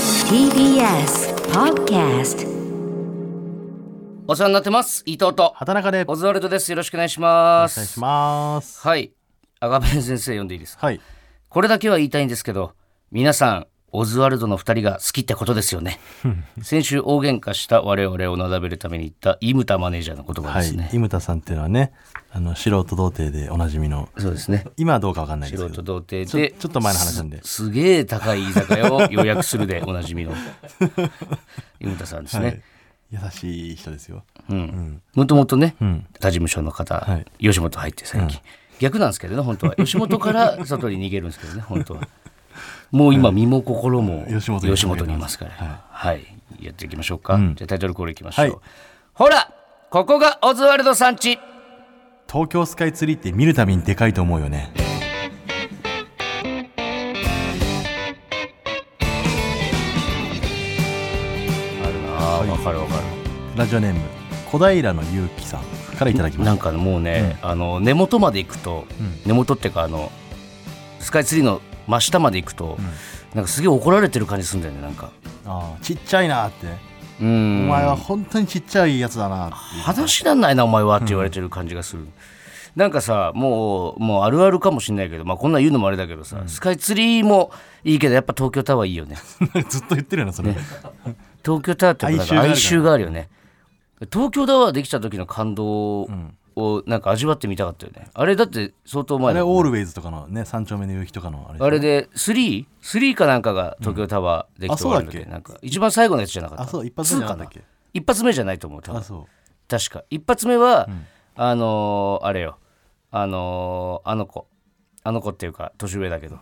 TBS Podcast お世話になってます伊藤と畑中でオおズワルドですよろしくお願いします願いします。はい赤羽先生呼んでいいですかはい。これだけは言いたいんですけど皆さんオズワルドの2人が好きってことですよ ね先週大喧嘩した我々をなだべるために言った井牟田マネージャーの言葉はでいすね、。井牟田さんっていうのはね、あの素人童貞でおなじみの、そうですね今はどうかわかんないです素け人ど、童貞でちょちょっと前の話なんですすげえ高い居酒屋を予約するでおなじ みの井牟田さんですね、はい優しい人ですよ。うんもともとね、ん他事務所の方、はい吉本入って最近、逆なんですけどね本当は吉本から外に逃げるんですけ どね本当はもう今身も心も吉本に吉本にいますからはい、やっていきましょうか、んじゃあタイトルコールいきましょう、はいほらここがオズワルドさん地東京スカイツリーって見るたびにでかいと思うよね。あるなあわかるわかラジオネーム、小平のゆうきさんからいただきるまなしんかもうね、あの根元まで行くと、うん根元っていうかあのスカイツリーの真下まで行くと、んなんかすげえ怒られてる感じするんだよねなんかた。あーちっちゃいなーって、うんお前は本当にちっちゃいやつだなーっていう。話しなんないなお前はって言われてる感じがする、なんかさもうもうあるあるかもしれないけど、まあ、こんなん言うのもあれだけどさ、スカイツリーもいいけどやっぱ東京タワーいいよね ずっと言ってるよな、それ。東京タワーってやっぱなんか哀哀愁愁があるよね東京タワーできた時の感動をなんか味わってみたかったよねあれだって相当あ前れ、だオールウェイズとかのね、三丁目の夕日とかのあれでしょ。あれで 3?3 かなんかが東京タワーできあてそうだっけなんか一番最後のやつじゃなかったあ、そう、一発目じゃなかったっけ一発目じゃないと思う多分あ、そう。確か一発目は、あのーあれよあのーあの子あの子っていうか年上だけど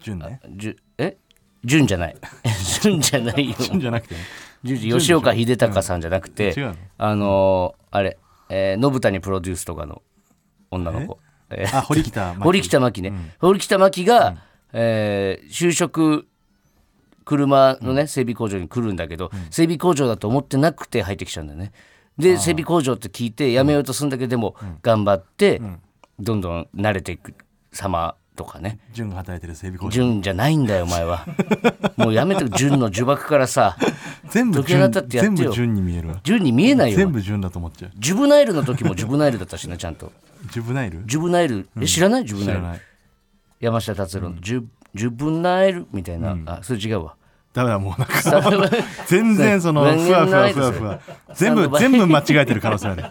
順ね。じゅえ純じゃない 純じゃないよ順じゃなくてね。純じゃ吉岡秀隆さんじゃなくて、うん違うのあのーあれ、えー、信谷プロデュースとかの女の子えーあ、堀北真希。堀北真希ね、堀北真希が、えー就職車のね整備工場に来るんだけど、整備工場だと思ってなくて入ってきちゃうんだよねで整備工場って聞いて辞めようとするんだけど、でも頑張って、どんどん慣れていく様とかね純が働いてる整備工場純じゃないんだよお前 はもうやめて純の呪縛からさ全部時計純だったってやってよ全部純に見えるわ純に見えないよお全前部純だと思っちゃうジュブナイルの時もジュブナイルだったしなちゃんとジュブナイルジュブナイルえ知らないジュブ知ナイらルない山下達郎のジュ「ジュブナイル」みたいな、あそれ違うわ ダメだもうなんか全然その全然ふわふなわいふですわふわ全部全部間違えてる可能性ある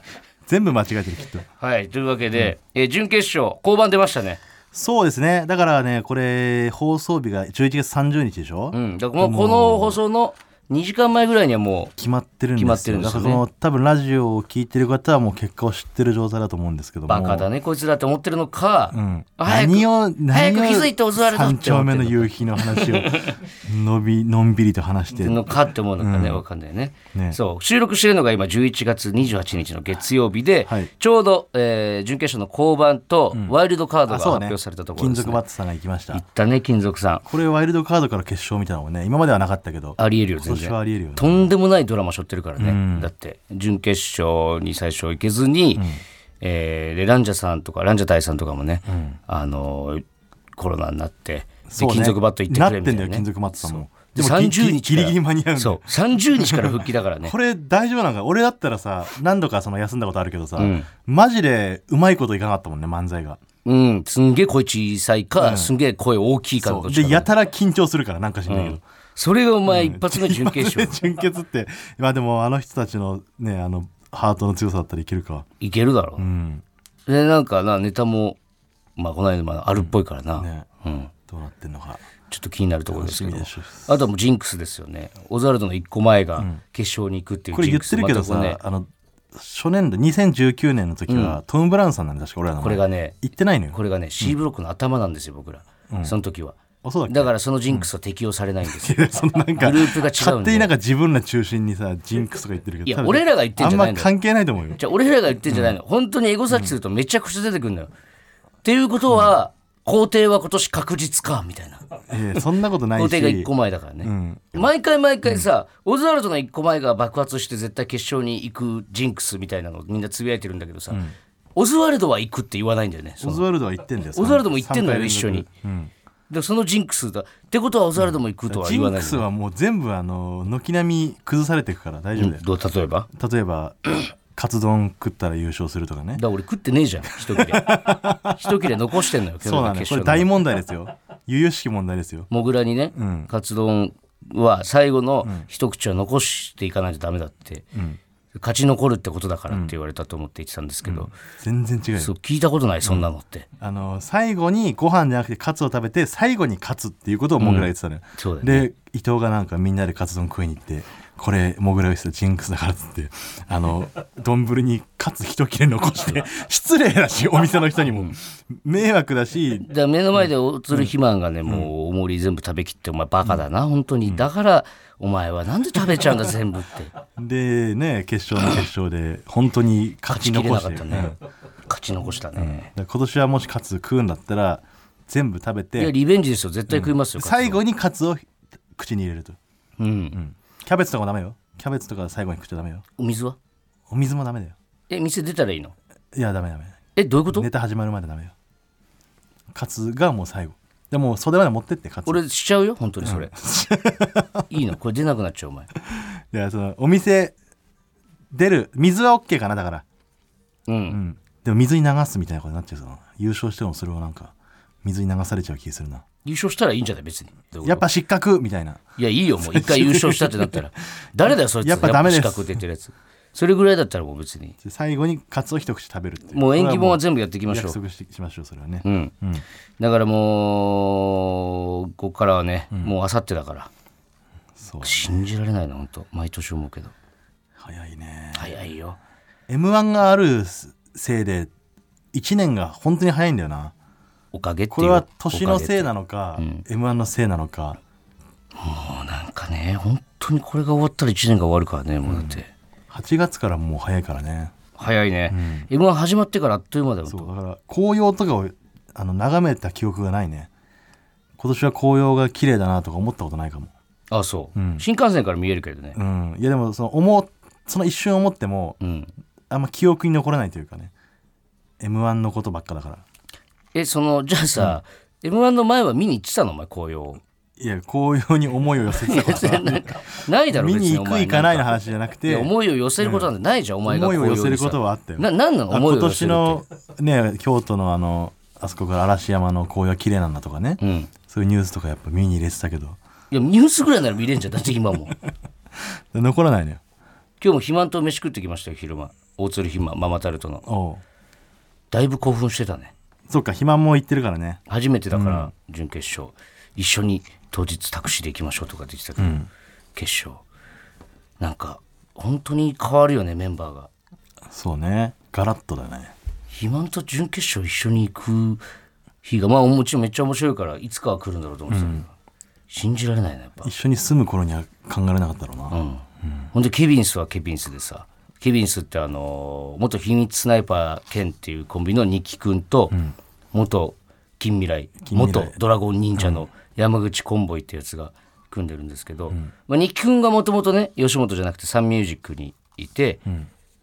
全部間違えてるきっとはいというわけで、えー準決勝後半出ましたねそうですねだからねこれ放送日が11月30日でしょ、うんだからもうこの放送の2時間前ぐらいにはも決まってるんです決よまってるんですよねだからこの多分ラジオを聞いてる方はもう結果を知ってる状態だと思うんですけどうもバカだねこいつだって思ってるのか、うん、早く何を何を早く気づいてオズワルドっ三て思丁って目るのの夕日 の話をのびのんびりと話してのかって思うのかね、わかんないねねそう収録してるのが今11月28日の月曜日で、はいちょうど、えー準決勝の後半とワイルドカードがあ発そうね表されたところ金です、ね属バットさんが行きました行ったね金属さんこれワイルドカードから決勝みたいなのもね今まではなかったけどありえるよ今全年然はありえるよねとんでもないドラマ背負ってるからね、うんだって準決勝に最初行けずに、えーでランジャさんとかランジャタイさんとかもね、あのーコロナになってで、ね金属バット行ってくれみたいな、ね、なってんだよ金属バットさんもででもギ30日ギリギリ間に合うんだよそう30日から復帰だからね これ大丈夫なんか俺だったらさ何度かその休んだことあるけどさ、んマジでうまいこといかなかったもんね漫才がうんすんげえ声小さいか、すんげえ声大きいかのそどうっちかでだやたら緊張するからなんかしんないけど、それがお前一発目準決勝、 準決ってまあでもあの人たちのねあのハートの強さだったらいけるかいけるだろ、うんでなんかなネタもまあこの間まああるっぽいからな、ねうん、どうなってんのかちょっと気になるところですけど楽しみであとはもうジンクスですよねオズワルドの一個前が決勝に行くっていうこれジン言クっスてるけどまさ、たこれねあの初年度2019年の時は、トム・ブラウンさんなんだ確か俺らのこれがね行ってないのよこれがね C ブロックの頭なんですよ僕らその時はあそうだっけだからそのジンクスは適用されないんですよ そのなんかグループが違うんで勝手になんか自分ら中心にさジンクスとか言ってるけどいや多分俺らが言ってんじゃないのあんま関係ないと思うよじゃあ俺らが言ってんじゃないの本当にエゴサーチするとめちゃくちゃ出てくるのよっていうことは皇帝は今年確実かみたいなええそんなことない皇し帝が一個前だからね、ん毎回毎回さ、オズワルドの一個前が爆発して絶対決勝に行くジンクスみたいなのみんなつぶやいてるんだけどさ、オズワルドは行くって言わないんだよねそオのズワルドは言ってんだよオズワルドも行ってんのよ三回連続一緒にうんでそのジンクスだってことはオズワルドも行くとはジ言わンないクスはもう全部あの軒並み崩されていくから大丈夫だよ、どう例えば例え ばカツ丼食ったら優勝するとかねだから俺食ってねえじゃん一 切れ一切れ残してんのよそうなのよこれ大問題ですよ由々しき問題ですよもぐらにね、んカツ丼は最後の一口は残していかないとダメだって、勝ち残るってことだからって言われたと思って言ってたんですけど、全然違うよそう聞いたことないそんなのって、あの最後にご飯じゃなくてカツを食べて最後にカツっていうことをモグラが言ってたのよ、そうだよねで伊藤がなんかみんなでカツ丼食いに行ってこれモグラが言ってたジンクスだからっつってあの丼にカツ一切れ残して失礼だしお店の人にも迷惑だしだから目の前で大鶴肥満がね、もうおもり全部食べきってお前バカだな、本当にだからお前はなんで食べちゃうんだ全部って でね決勝の決勝で本当に勝勝ちちきれ残なしかてったね、勝ち残したね、今年はもしカツ食うんだったら全部食べいやてリベンジですよ絶対食いますよ、カツ丼最後にカツを口に入れるとうん、キャベツとかもダメよキャベツとか最後に食っちゃダメよお水はお水もダメだよえ店出たらいいのいやダメダメえどういうことネタ始まるまでダメよカツがもう最後でもう袖まで持ってってカツい俺しちゃうよ本当にそれ、いいのこれ出なくなっちゃうお前やそのお店出る水は OK かなだからうん、うんでも水に流すみたいなことになっちゃうぞ優勝してもそれをなんか水に流されちゃう気がするな優勝したらいいんじゃない別にどういうことやっぱ失格みたいないやいいよもう一回優勝したってなった ら誰だよそいつやっぱダメですやっぱ資格出てるやつそれぐらいだったらもう別にで最後にカツを一口食べるっていうもう演技本はこ全部やっていきれまはしょ約う束ししましょうそれはね、うん、だからもうここからはね、もうあさってだからそう信じられないな本当毎年思うけど早いね早いよ m 1があるせいで1年が本当に早いんだよなおかげっていうこれは年のせいなののか、m 1のせいなのかなんかね本当にこれが終わったら1年が終わるからねもうだって、 8月からもう早いからね早いね、m 1始まってからあっという間だよそうだから紅葉とかをあの眺めた記憶がないね今年は紅葉が綺麗だなとか思ったことないかもあそう、新幹線から見えるけどねうんいやでもその思うその一瞬思ってもうんあんま記憶に残らないというかね m 1のことばっかだからえそのじゃあさ、m 1の前は見に行ってたのお前紅 葉いや紅葉に思いを寄せてたからなんかないだろ見にお行く前行かないのんか話じゃなくいてや思いを寄せることなんてないじゃん、お前が思いを寄せ紅葉にるさことはあったよな何なのあ思い今を寄せる年のね京都のあのあそこから嵐山の紅葉綺麗なんだとかね、ってうんそういうニュースとかやっぱ見に入れてたけどいやニュースぐらいなら見れんじゃんだって今も 今残らないのよ日も肥満と飯食ってきましたよ昼間大鶴肥満ママタルトのおうだいぶ興奮してたねそっか肥満も行ってるからね初めてだから、準決勝一緒に当日タクシーで行きましょうとかできたけど、決勝なんか本当に変わるよねメンバーがそうねガラッとだね肥満と準決勝一緒に行く日がまあもちろんめっちゃ面白いからいつかは来るんだろうと思ってたけど、信じられないなやっぱ、一緒に住む頃には考えられなかったろうな、うんほんでケビンスはケビンスでさケビンスってあのー元秘密スナイパーケンっていうコンビの二木君と、元近未来未来元ドラゴン忍者の山口コンボイってやつが組んでるんですけど、まあ、二木君がもともとね吉本じゃなくてサンミュージックにいて、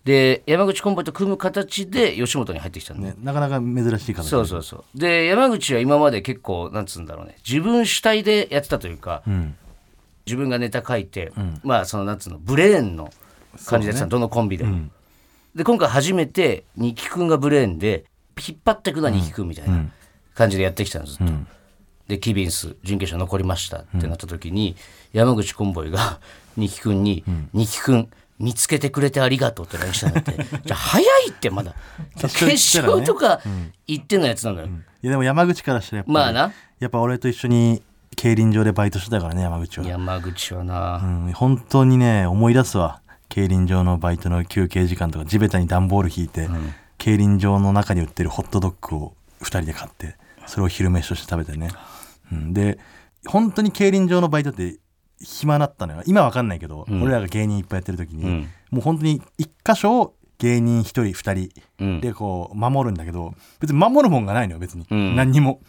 で山口コンボイと組む形で吉本に入ってきたんだよね、なかなか珍しい形そうそうそうで山口は今まで結構なんつうんだろうね自分主体でやってたというか、自分がネタ書いて、まあそのなんつうのブレーンの感じでやってたのどのコンビでも、で今回初めて二木君がブレーンで引っ張ってくのは二木君みたいな感じでやってきたのずっと、でキビンス準決勝残りましたってなった時に、山口コンボイが二木君に「二木君見つけてくれてありがとう」って LINE したんだってじゃあ早いって まだ決決勝行ったらね勝とか行ってのやつなのよ、いやでも山口からしたらやっぱり、まあなやっぱ俺と一緒に競輪場でバイトしてたからね山口は、山口はうな、ん、本当にね思い出すわ競輪場のバイトの休憩時間とか地べたに段ボール引いて、競輪場の中に売ってるホットドッグを2人で買ってそれを昼飯として食べてね、うん、で本当に競輪場のバイトって暇だったのよ今わかんないけど、俺らが芸人いっぱいやってる時に、んもう本当に1箇所を芸人1人う2ん人でこう守るんだけど別に守るもんがないのよ別に、うん何にも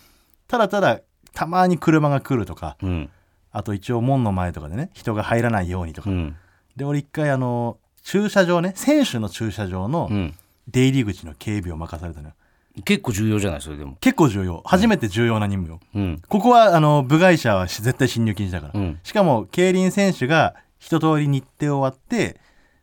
ただただたまに車が来るとかうんあと一応門の前とかでね人が入らないようにとか、うんで俺一回あの駐車場ね選手の駐車場のうん出入り口の警備を任されたのよ、結構重要じゃないそれでも結構重要初めて重要な任務よ、うんここはあの部外者はし絶対侵入禁止だから、うんしかも競輪選手が一通り日程終わって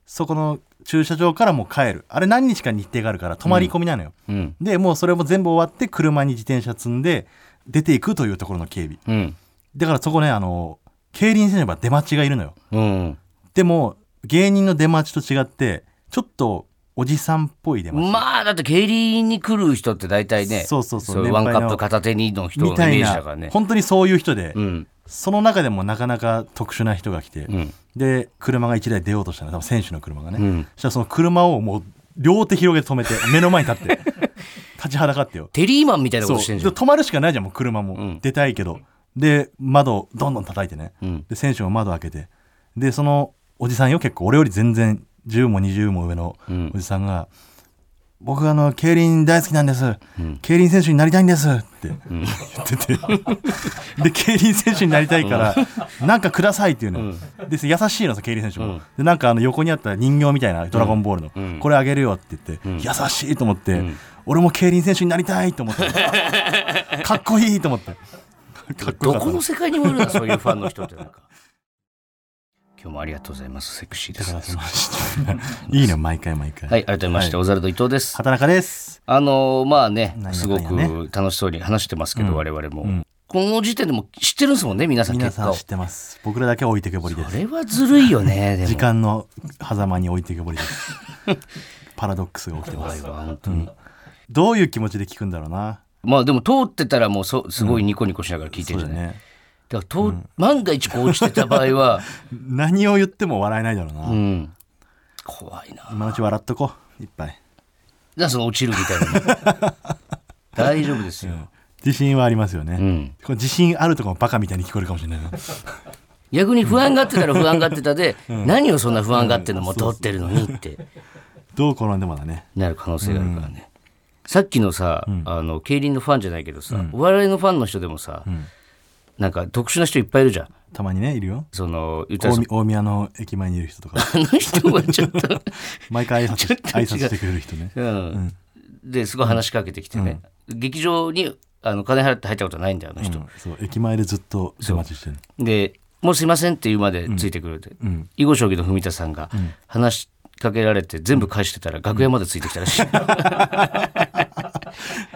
そこの駐車場からもう帰るあれ何日か日程があるから泊まり込みなのよ、うんでもうそれも全部終わって車に自転車積んで出ていくというところの警備うんだからそこねあの競輪選手は出待ちがいるのようんでも芸人の出待ちと違ってちょっとおじさんっぽい出待ち、まあだって競輪に来る人って大体ねそうそうそいう年ワ配ンのカップ片手にの人のみイたいメージだからなね本当にそういう人で、うんその中でもなかなか特殊な人が来て、うんで車が1台出ようとしたの多分選手の車がね、うんそしたらその車をもう両手広げて止めて目の前に 立って立ちはだかってよテリーマンみたいなこそうとしてんでじゃん止まるしかないじゃんもう車も、ん出たいけどで窓をどんどん叩いてね、うんで選手も窓開けてでそのおじさんよ結構俺より全然10も20も上のうんおじさんが「僕あの競輪大好きなんです、ん競輪選手になりたいんです」って言ってて、で競輪選手になりたいから「なんかください」っていうの、で優しいのさ競輪選手も、でなんかあの横にあった人形みたいな「ドラゴンボールの」うんこれあげるよ」って言って、優しいと思って、俺も競輪選手になりたいと思ってかっこいいと思って。かっこどよかったこの世界にもいるなそういうファンの人ってなんか今日もありがとうございますセクシーですはいいいね、毎回毎回。い改めまして、はいオザルド伊藤です畑中です。あのーまあねなんやかんやねすごく楽しそうに話してますけど、我々も、んこの時点でも知ってるんですもんね皆さん皆結さ果んを知ってます。僕らだけ置いてけぼりでそす。れはずるいよ ねでも時間の狭間に置いてけぼりです。 パラドックスが起きてます。本当にどういう気持ちで聞くんだろうな。まあでも通ってたらもうそすごいニコニコしながら聞いてそるうじだゃない、ね。だからと、万が一こう落ちてた場合 は、何を言っても笑えないだろううな。ん、怖いなだか今のうち笑っとこう。いっぱい。らその落ちるみたいなの 大丈夫ですよ、自信はありますよね。んこれ自信あるとかもバカみたいに聞こえるかもしれないな。逆に不安がってたら不安がってたで、何をそんな不安がってんのもう通ってるのにってどう転んでもだね。なる可能性があるからね、さっきのさ、あの競輪のファンじゃないけどさ、お笑いのファンの人でもさ、なんか特殊な人いっぱいいるじゃんたまにね、いるよ。その言ったら 大そ宮大宮の駅前にいる人とか、あの人はちょっ と毎回挨拶しちょっと違挨う拶してくれる人ね。うん、ですごい話しかけてきてね、劇場にあの金払って入ったことないんだよあの人、うんそう駅前でずっと出待ちしてるで「もうすいません」って言うまでついてくるで、囲碁将棋の文田さんが話しかけられて全部返してたら楽屋までついてきたら しい、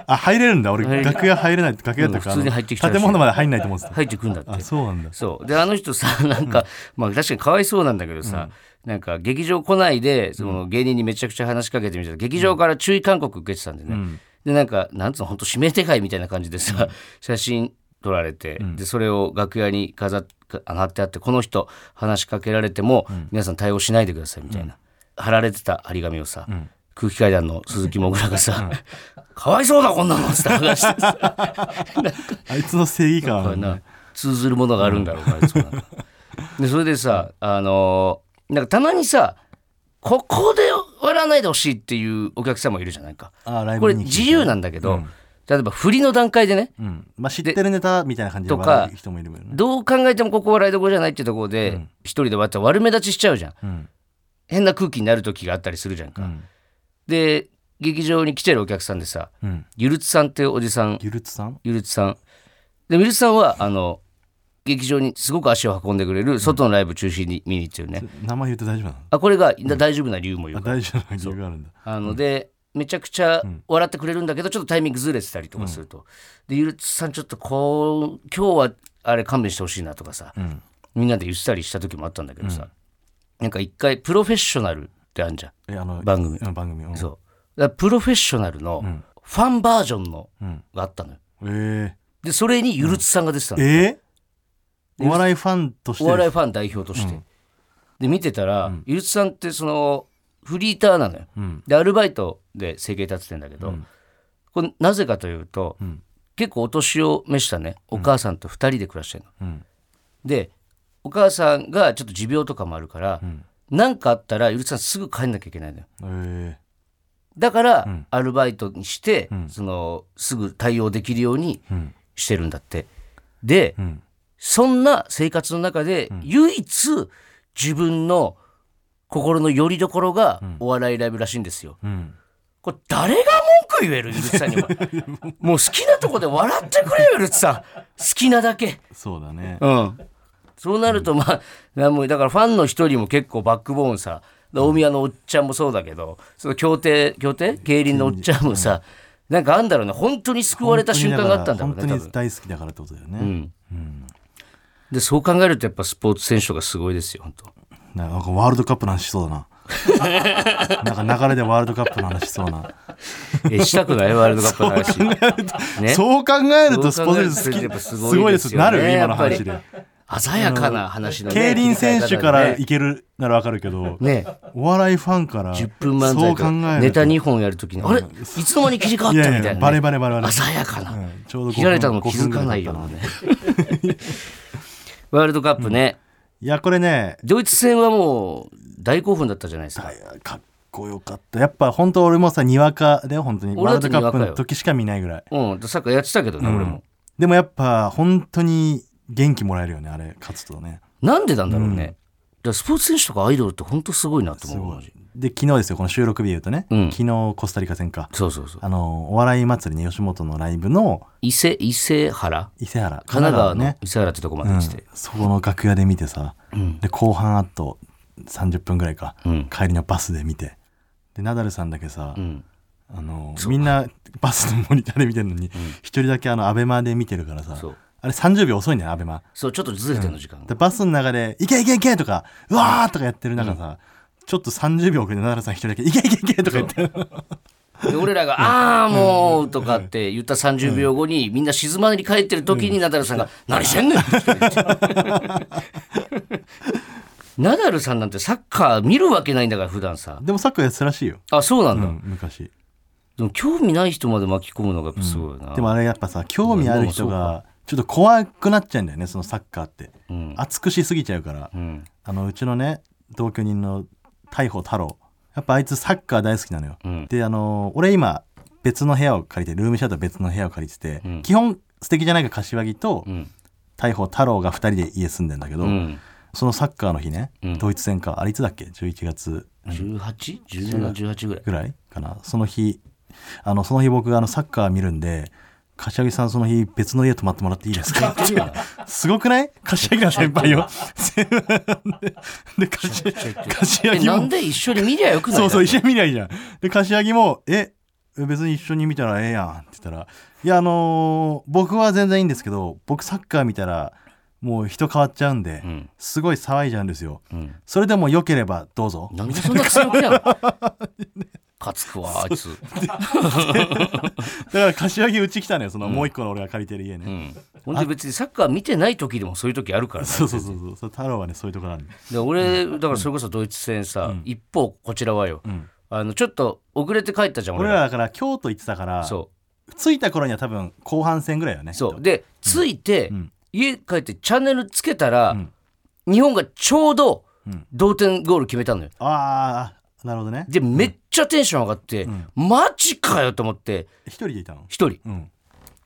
あ入れるんだ俺入れる楽屋入れない楽屋とかうん普通に入ってきあたらのしい建物まで入んないと思ってた入ってくんだってあそうなんだそうであの人さなんか、まあ確かにかわいそうなんだけどさ、なんか劇場来ないでその芸人にめちゃくちゃ話しかけてみたら劇場から注意勧告受けてたんでね、でなんかなんつうの本当指名手配みたいな感じでさ、写真撮られて、でそれを楽屋に飾っか貼ってあってこの人話しかけられても、皆さん対応しないでくださいみたいな、貼られてた貼り紙をさ、空気階段の鈴木もぐらがさ、 かわいそうだこんなのっつって剥がしてさあいつの正義感こはれねな通ずるものがあるんだろうから、そうなんかでそれでさあのーなんかたまにさここで笑わないでほしいっていうお客さんもいるじゃないかあライこブれに来自て由なんだけど、例えば振りの段階でねうんまあ知ってるネタみたいな感じでとか笑う人もいるもんねどう考えてもここ笑いどころじゃないってところで一人で笑ったら悪目立ちしちゃうじゃんうん変な空気になる時があったりするじゃんか、うんで劇場に来てるお客さんでさうんゆるつさんっておじさんゆるつさんゆるつさん。で、ゆるつさんは、あの、劇場にすごく足を運んでくれる、外のライブ中心に見に行ってるね。名前言って大丈夫なのあ、これがだ大丈夫な理由も言あうから。大丈夫な理由があるんだあので、めちゃくちゃ笑ってくれるんだけど、ちょっとタイミングずれてたりとかすると。で、ゆるつさん、ちょっとこう、今日はあれ勘弁してほしいなとかさ、んみんなで言ってたりした時もあったんだけどさ、なんか一回、プロフェッショナルってあるじゃん。えあの番組うん番組うんそう。だからプロフェッショナルのファンバージョンのうんがあったのよ。えで、それにゆるつさんが出てたのー。えーお笑いファンとしてお笑いファン代表として、で見てたら、ゆるつさんってそのフリーターなのよ、うんでアルバイトで生計立ててんだけど、これなぜかというと、ん結構お年を召したねお母さんと2人で暮らしてるの、うんでお母さんがちょっと持病とかもあるからん何、なん、かあったらゆるつさんすぐ帰んなきゃいけないのよえだから、んアルバイトにして、んそのすぐ対応できるようにーうんしてるんだってで、うんそんな生活の中で、唯一自分の心の拠り所がお笑いライブらしいんですよ。うんこれ誰が文く言える、ゆるつさんに も。もう好きなとこで笑ってくれよ、ゆるつさん。好きなだけ。そうだね、うん。そうなると、まあ、なんもだからファンの一人も結構バックボーンさ、大宮のおっちゃんもそうだけど、その協定、協定競輪のおっちゃんもさ、なんかあんだろうね、本当に救われた瞬間があったんだろうね、本当多に分。大好きだからってことだよね、で、そう考えるとやっぱスポーツ選手とかすごいですよ、本当。なんかワールドカップの話しそうだ ななんか流れでワールドカップの話しそうな、え、したくないワールドカップの話。 ねそう考えるとスそうポ考えるーとツ好きすすごいごいですよねなる今の話やでっ鮮やかな話のね。競輪選手から切り替えいけるならわかるけど、方ね。ねお笑いファンから10分漫才そう考えるかとネタ2本やるときに、あれいつの間に切り替わったみたいなね、いやいやバレバレバレバレ鮮やかな。うんちょうど5分切られたのも気づかないようなね。 ワールドカップね、いやこれねドイツ戦はもう大興奮だったじゃないですか。いやかっこよかったやっぱ本当俺もさにわかで本当にワ俺ーだっルてドにわカかよップの時しか見ないぐらいうん、サッカーやってたけどね、俺も。でもやっぱ本当に元気もらえるよねあれ勝つとねなんでなんだろうね。だからスポーツ選手とかアイドルって本当すごいなと思う。マジで昨日ですよこの収録日で言うとね、うん昨日コスタリカ戦かそうそうそう。あのお笑い祭りね吉本のライブの伊勢、伊勢原伊勢原神奈川のね伊勢原ってとこまで来て。うんそこの楽屋で見てさ、うんで後半あと30分ぐらいか、うん帰りのバスで見てでナダルさんだけさ、うん。あのみんなバスのモニターで見てるのに一、人だけあのアベマで見てるからさそうあれ30秒遅いんだよアベマそう、ちょっとずれてるの時間がでバスの中で「いけいけいけ!」とか「うわー!」とかやってる中さ、ちょっと30秒遅れてナダルさん一人だけ「いけいけいけ!」とか言ってで俺らが「ああもう」とかって言った30秒後にみんな静まり返ってる時にナダルさんが「何してんねん!」って言 ってナダルさんなんてサッカー見るわけないんだから普段さでもサッカーやってたらしいよ、あそうなんうだ、ん、昔でも興味ない人まで巻き込むのがやっぱすごいな、でもあれやっぱさ興味ある人うんがちょっと怖くなっちゃうんだよねそのサッカーって、うん熱くしすぎちゃうから、うんあのうちのね同居人の大鵬太郎やっぱあいつサッカー大好きなのよ、うんであの俺今別の部屋を借りてルームシェアと別の部屋を借りてて、うん基本素敵じゃないか柏木とうん大鵬太郎が2人で家住んでんだけど、うんそのサッカーの日ね、うんドイツ戦かあれいつだっけ11月 18?1718 ぐらいぐらいかなその日あのその日僕あのサッカー見るんで柏木さんその日別の家泊まってもらっていいです かって言ってるすごくない柏木の先輩よで柏柏え木なんもで一緒に見りゃよくないそうそう一緒緒に見りゃいいじゃんで柏木も「え別に一緒に見たらええやん」って言ったら「いやあのー僕は全然いいんですけど僕サッカー見たらもう人変わっちゃうんで、んすごい騒いじゃうんですよ、んそれでも良ければどうぞ」なんでそんな強 気なの勝つくわあいつだから柏木うち来たのよそのもう一個の俺が借りてる家ね、うんほんで別にサッカー見てない時でもそういう時あるからねそうそうそうそうそう太郎はねそういうところあるで俺だからそれこそドイツ戦さ、一方こちらはよ、あのちょっと遅れて帰ったじゃん俺俺ららだから京都行ってたからそ着いた頃には多分後半戦ぐらいよねうそうで着いて、家帰ってチャンネルつけたら、ん日本がちょうどん同点ゴール決めたのよああなるほどねでめっちゃテンション上がって、マジかよと思って一人でいたの一人うん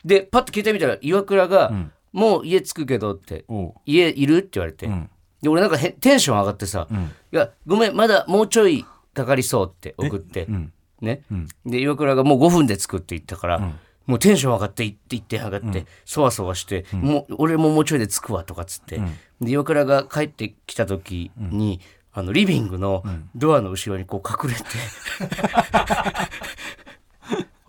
でパッと携帯見たら岩倉が、んもう家着くけど」っておう「家いる?」って言われて、んで俺なんかへテンション上がってさ「んいやごめんまだもうちょいかかりそう」って送って、うんねで岩倉がもう5分で作って言ったから、もうテンション上がって行って行って上がって、そわそわして、もう俺ももうちょいで着くわとかっつって、で岩倉が帰ってきた時に、あのリビングのドアの後ろにこう隠れて、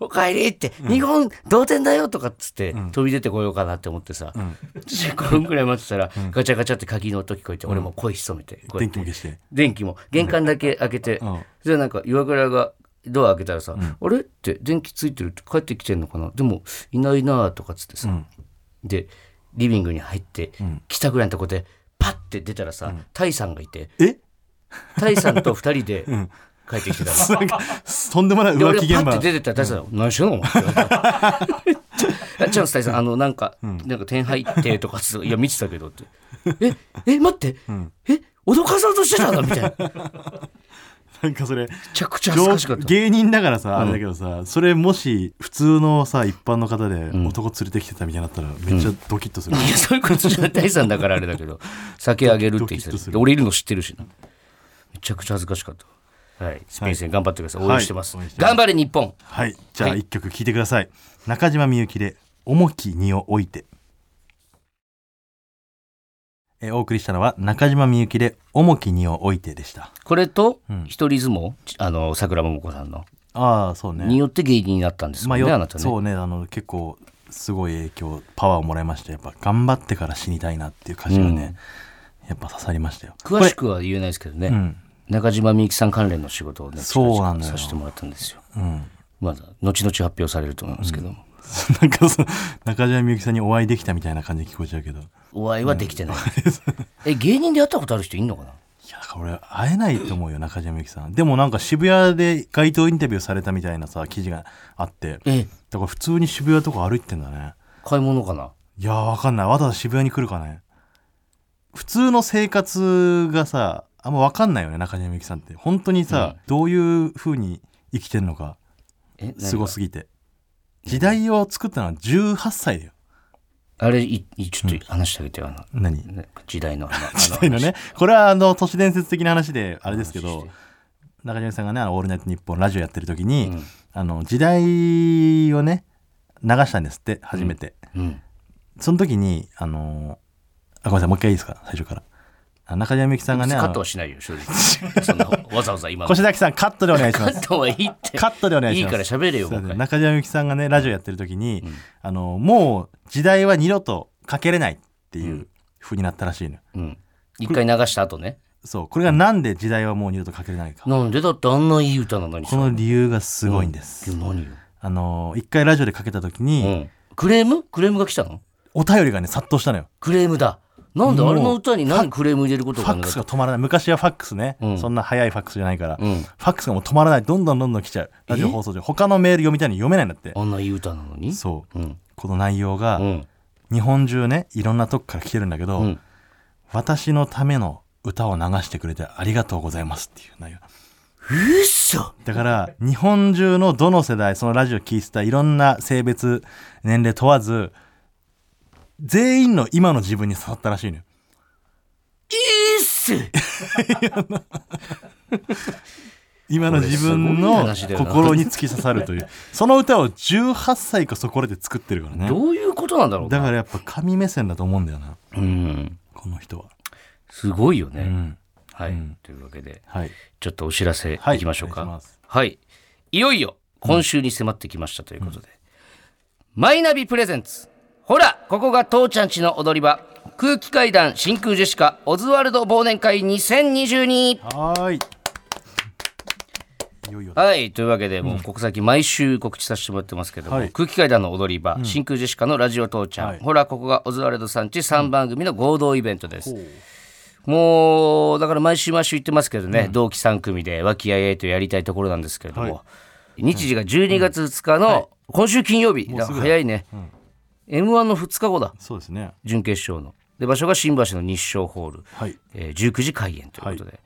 おかえりって、日本同点だよとかっつって、飛び出てこようかなって思ってさ、15分 くらい待ってたら、ガチャガチャって鍵の音聞こえて、俺も声潜めて、こうや電って気も消して電気も、玄関だけ開けて、んそれなんか岩倉がドア開けたらさ、あれって電気ついてるって帰ってきてんのかなでも、いないなとかっつってさ、で、リビングに入って、来たぐらいのとこで、パッて出たらさ、タイさんがいて、え タイさんと二人で帰ってきてたの。なんかとんでもないで浮俺気が現パ場ッて出てったら大さん、何してんのお前 チャンス大さん、あの、なんか、なんか点入ってとかっつって、いや、見てたけど って。え、え、待って、え、脅かそうとしてたんだみたいな。めなんかそれちゃくちゃ恥ずかしかった。芸人だからさあれだけどさそれもし普通のさ一般の方で男連れてきてたみたいになったらめっちゃドキッとするいや、そういうことじゃない。大さんだ からあれだけど、酒あげるって言ってドキッとたすでる俺いるの知ってるしな。めちゃくちゃ恥ずかしかった。はい、スペイン戦頑張ってください、はい応援してます,、応援してます頑張れ日本はいじゃあはい一曲聴いてください、中島みゆきで「重き荷を置いて」えーお送りしたのは中島みゆきで「重き荷を置いて」でしたこれとうん一人相撲、ちあの桜桃子さんの、ああそうねによって芸人になったんですもんね、あ、よなたねそうねあの結構すごい影響パワーをもらいましたやっぱ頑張ってから死にたいなっていう歌詞がね、やっぱ刺さりましたよ詳しくは言えないですけどね、うん中島みゆきさん関連の仕事をねそうなのよ近々させてもらったんですようんまだ後々発表されると思いますけども、 なんかその中島みゆきさんにお会いできたみたいな感じで聞こえちゃうけどいお会いはできてない、 え芸人で会ったことある人いんのかなやだから俺会えないと思うよ中島みゆきさんでもなんか渋谷で街頭インタビューされたみたいなさ記事があってだええから普通に渋谷とか歩いてんだね買い物かないやーわかんないわざわざ渋谷に来るかね普通の生活がさあんまわかんないよね中島みゆきさんって本当にさ、どういう風に生きてんのかえ何がすごすぎて時代を作ったのは18歳だよあれいいちょっと話してあげてよあの、何ね時代 のあの時代のねこれはあの都市伝説的な話であれですけど中島さんがね「あのオールナイトニッポン」ラジオやってる時に、あの時代をね流したんですって初めて、あの話うんその時にあのあごめんなさいもう一回いいですか最初からあ中島みゆきさんがねカあットのはしないよ正直そんなわざわざ今の越崎さんカットでお願いしカ ますットはいいってカットでお願いいしいますから喋れよすいもうま一せ回ん中島みゆきさんがねラジオやってる時に、あのもう時代は二度とかけれないっていう風になったらしいの、うん一回流した後ねそうこれがなんで時代はもう二度とかけれないか、なんでだってあんないい歌なのにさこの理由がすごいんです、いや何よ、あの一回ラジオでかけた時に、うん、クレームクレームが来たのお便りがね殺到したのよクレームだなんでもうあれの歌に何クレーム入れることフがあァるんックだスが止まらない昔はファックスね、うんそんな早いファックスじゃないから、うんファックスがもう止まらないどんどんどんどん来ちゃうラジオ放送で他のメール読みたいに読めないんだってあんないい歌なのにそう、うんこの内容が、うん日本中ねいろんなとこから来てるんだけど、うん私のための歌を流してくれてありがとうございますっていう内容うっそだから日本中のどの世代そのラジオ聴いてたいろんな性別年齢問わず全員の今の自分に刺さったらしいのよいいっす今の自分のこれすごい話だよな心に突き刺さる というその歌を18歳かそこらで作ってるからねどういうことなんだろうだなからやっぱ神目線だと思うんだよなうんこの人は、すごいよね、うん、はい、というわけではいちょっとお知らせいはいきましょうかお願はいいします、いよいよ今週に迫ってきましたということで、マイナビプレゼンツほらここが父ちゃんちの踊り場空気階段真空ジェシカオズワルド忘年会2022はーいいよいよはいというわけでもうここ最近毎週告知させてもらってますけども、はい空気階段の踊り場、真空ジェシカのラジオ父ちゃん、はいほらここがオズワルドさんち3番組の合同イベントです、もうだから毎週毎週言ってますけどね、同期3組で和気あいあいとやりたいところなんですけれども、は日時が12月2日の今週金曜日、だから早いね、m 1の2日後だそうですね準決勝ので場所が新橋の日照ホール、はいえー19時開演ということで、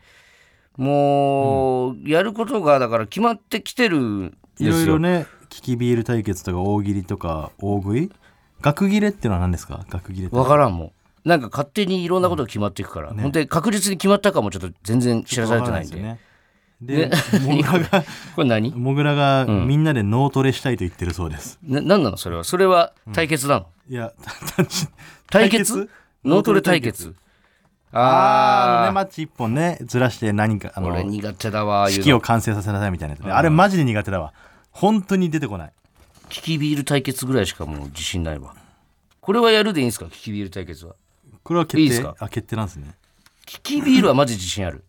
もう、やることがだから決まってきてるんですいよろいろね利きビール対決とか大喜利とか大食い学切れっていうのは何ですか学切れって分からんもんなんか勝手にいろんなことが決まっていくから、本当に確実に決まったかもちょっと全然知らされてないんでわからないですよねでモグラ がこれ何モグラがみんなで脳トレしたいと言ってるそうです、な何なのそれはそれは対決なの、いや単純対決脳トレ対決あーあのあねマッチ1本ねずらして何かああの俺苦手だわああいう式のを完成させなさいみたいなやつねあれマジで苦手だわ本当に出てこないキキビール対決ぐらいしかもう自信ないわこれはやるでいいんですかキキビール対決はこれは決い定いですかあ決定なんですねキキビールはマジ自信ある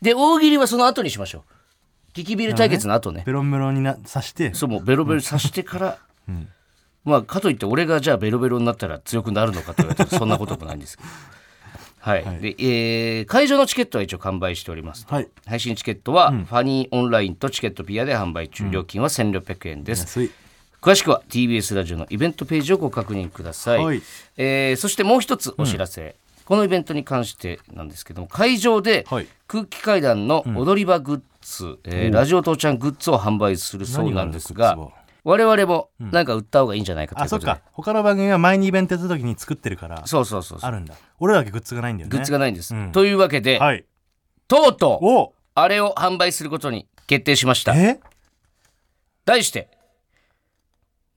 で大喜利はその後にしましょうキキビール対決の後ねベロンベロンになさしてそうもうベロベロさしてから、まあかといって俺がじゃあベロベロになったら強くなるのかと言われたらそんなこともないんですけどはい、でえー会場のチケットは一応完売しておりますはい配信チケットはファニーオンラインとチケットピアで販売中、料金は1600円です安い詳しくは TBS ラジオのイベントページをご確認ください、はいえーそしてもう一つお知らせ、このイベントに関してなんですけども会場ではい空気階段の踊り場グッズ、えーラジオ父ちゃんグッズを販売するそうなんですが何があるんですか我々もなんか売った方がいいんじゃないかといあうこそっとで、か他の番組は前にイベントやった時に作ってるからそうそうそうそうあるんだ俺らだけグッズがないんだよねグッズがなないんです、んというわけで、はいとうとうおあれを販売することに決定しましたえ題して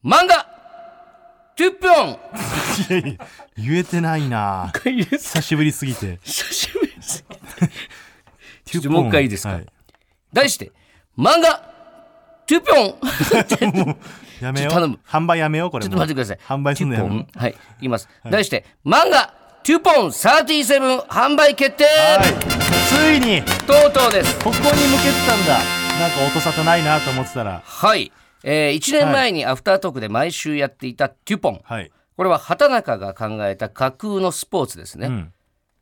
漫画トゥッピョンいやいや 言えてないな久しぶりすぎて久しぶりです ちょっともう一回いいですか題して漫画トゥッピョン やめようちょっと頼む販売やめようこれちょっともう待ってください 販売すんのやトゥめッよポうンはい言います、題して漫画トゥポン37販売決定はいついにとうとうですここに向けてたんだなんか音沙汰ないなと思ってたらはい、えー、1年前にアフタートークで毎週やっていたトゥポン、はいこれは畑中が考えた架空のスポーツですね、ん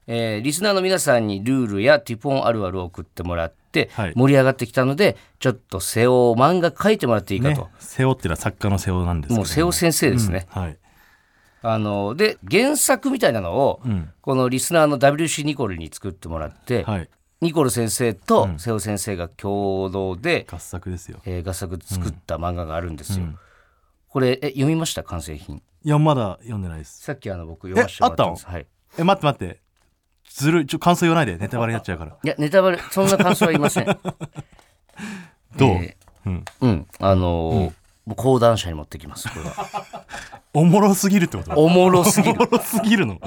えーリスナーの皆さんにルールやティポンあるあるを送ってもらってはい盛り上がってきたので、ちょっと瀬尾漫画書いてもらっていいかねと、背負ってるのは作家の背負なんですけどもう瀬尾先生ですね、はいあので原作みたいなのを、んこのリスナーの WC ニコルに作ってもらって、はいニコル先生と瀬尾先生が共同で、合作ですよえー合作作った漫画があるんですよ、これえ読みました完成品いやまだ読んでないですさっきあの僕読ませてもらったんですはいえ待って待ってずるいちょ感想言わないでネタバレになっちゃうからいやネタバレそんな感想は言いません どう、えうん、うんあのーもう講談社に持ってきますこれはおもろすぎるってことおもろす ぎるおもろすぎるの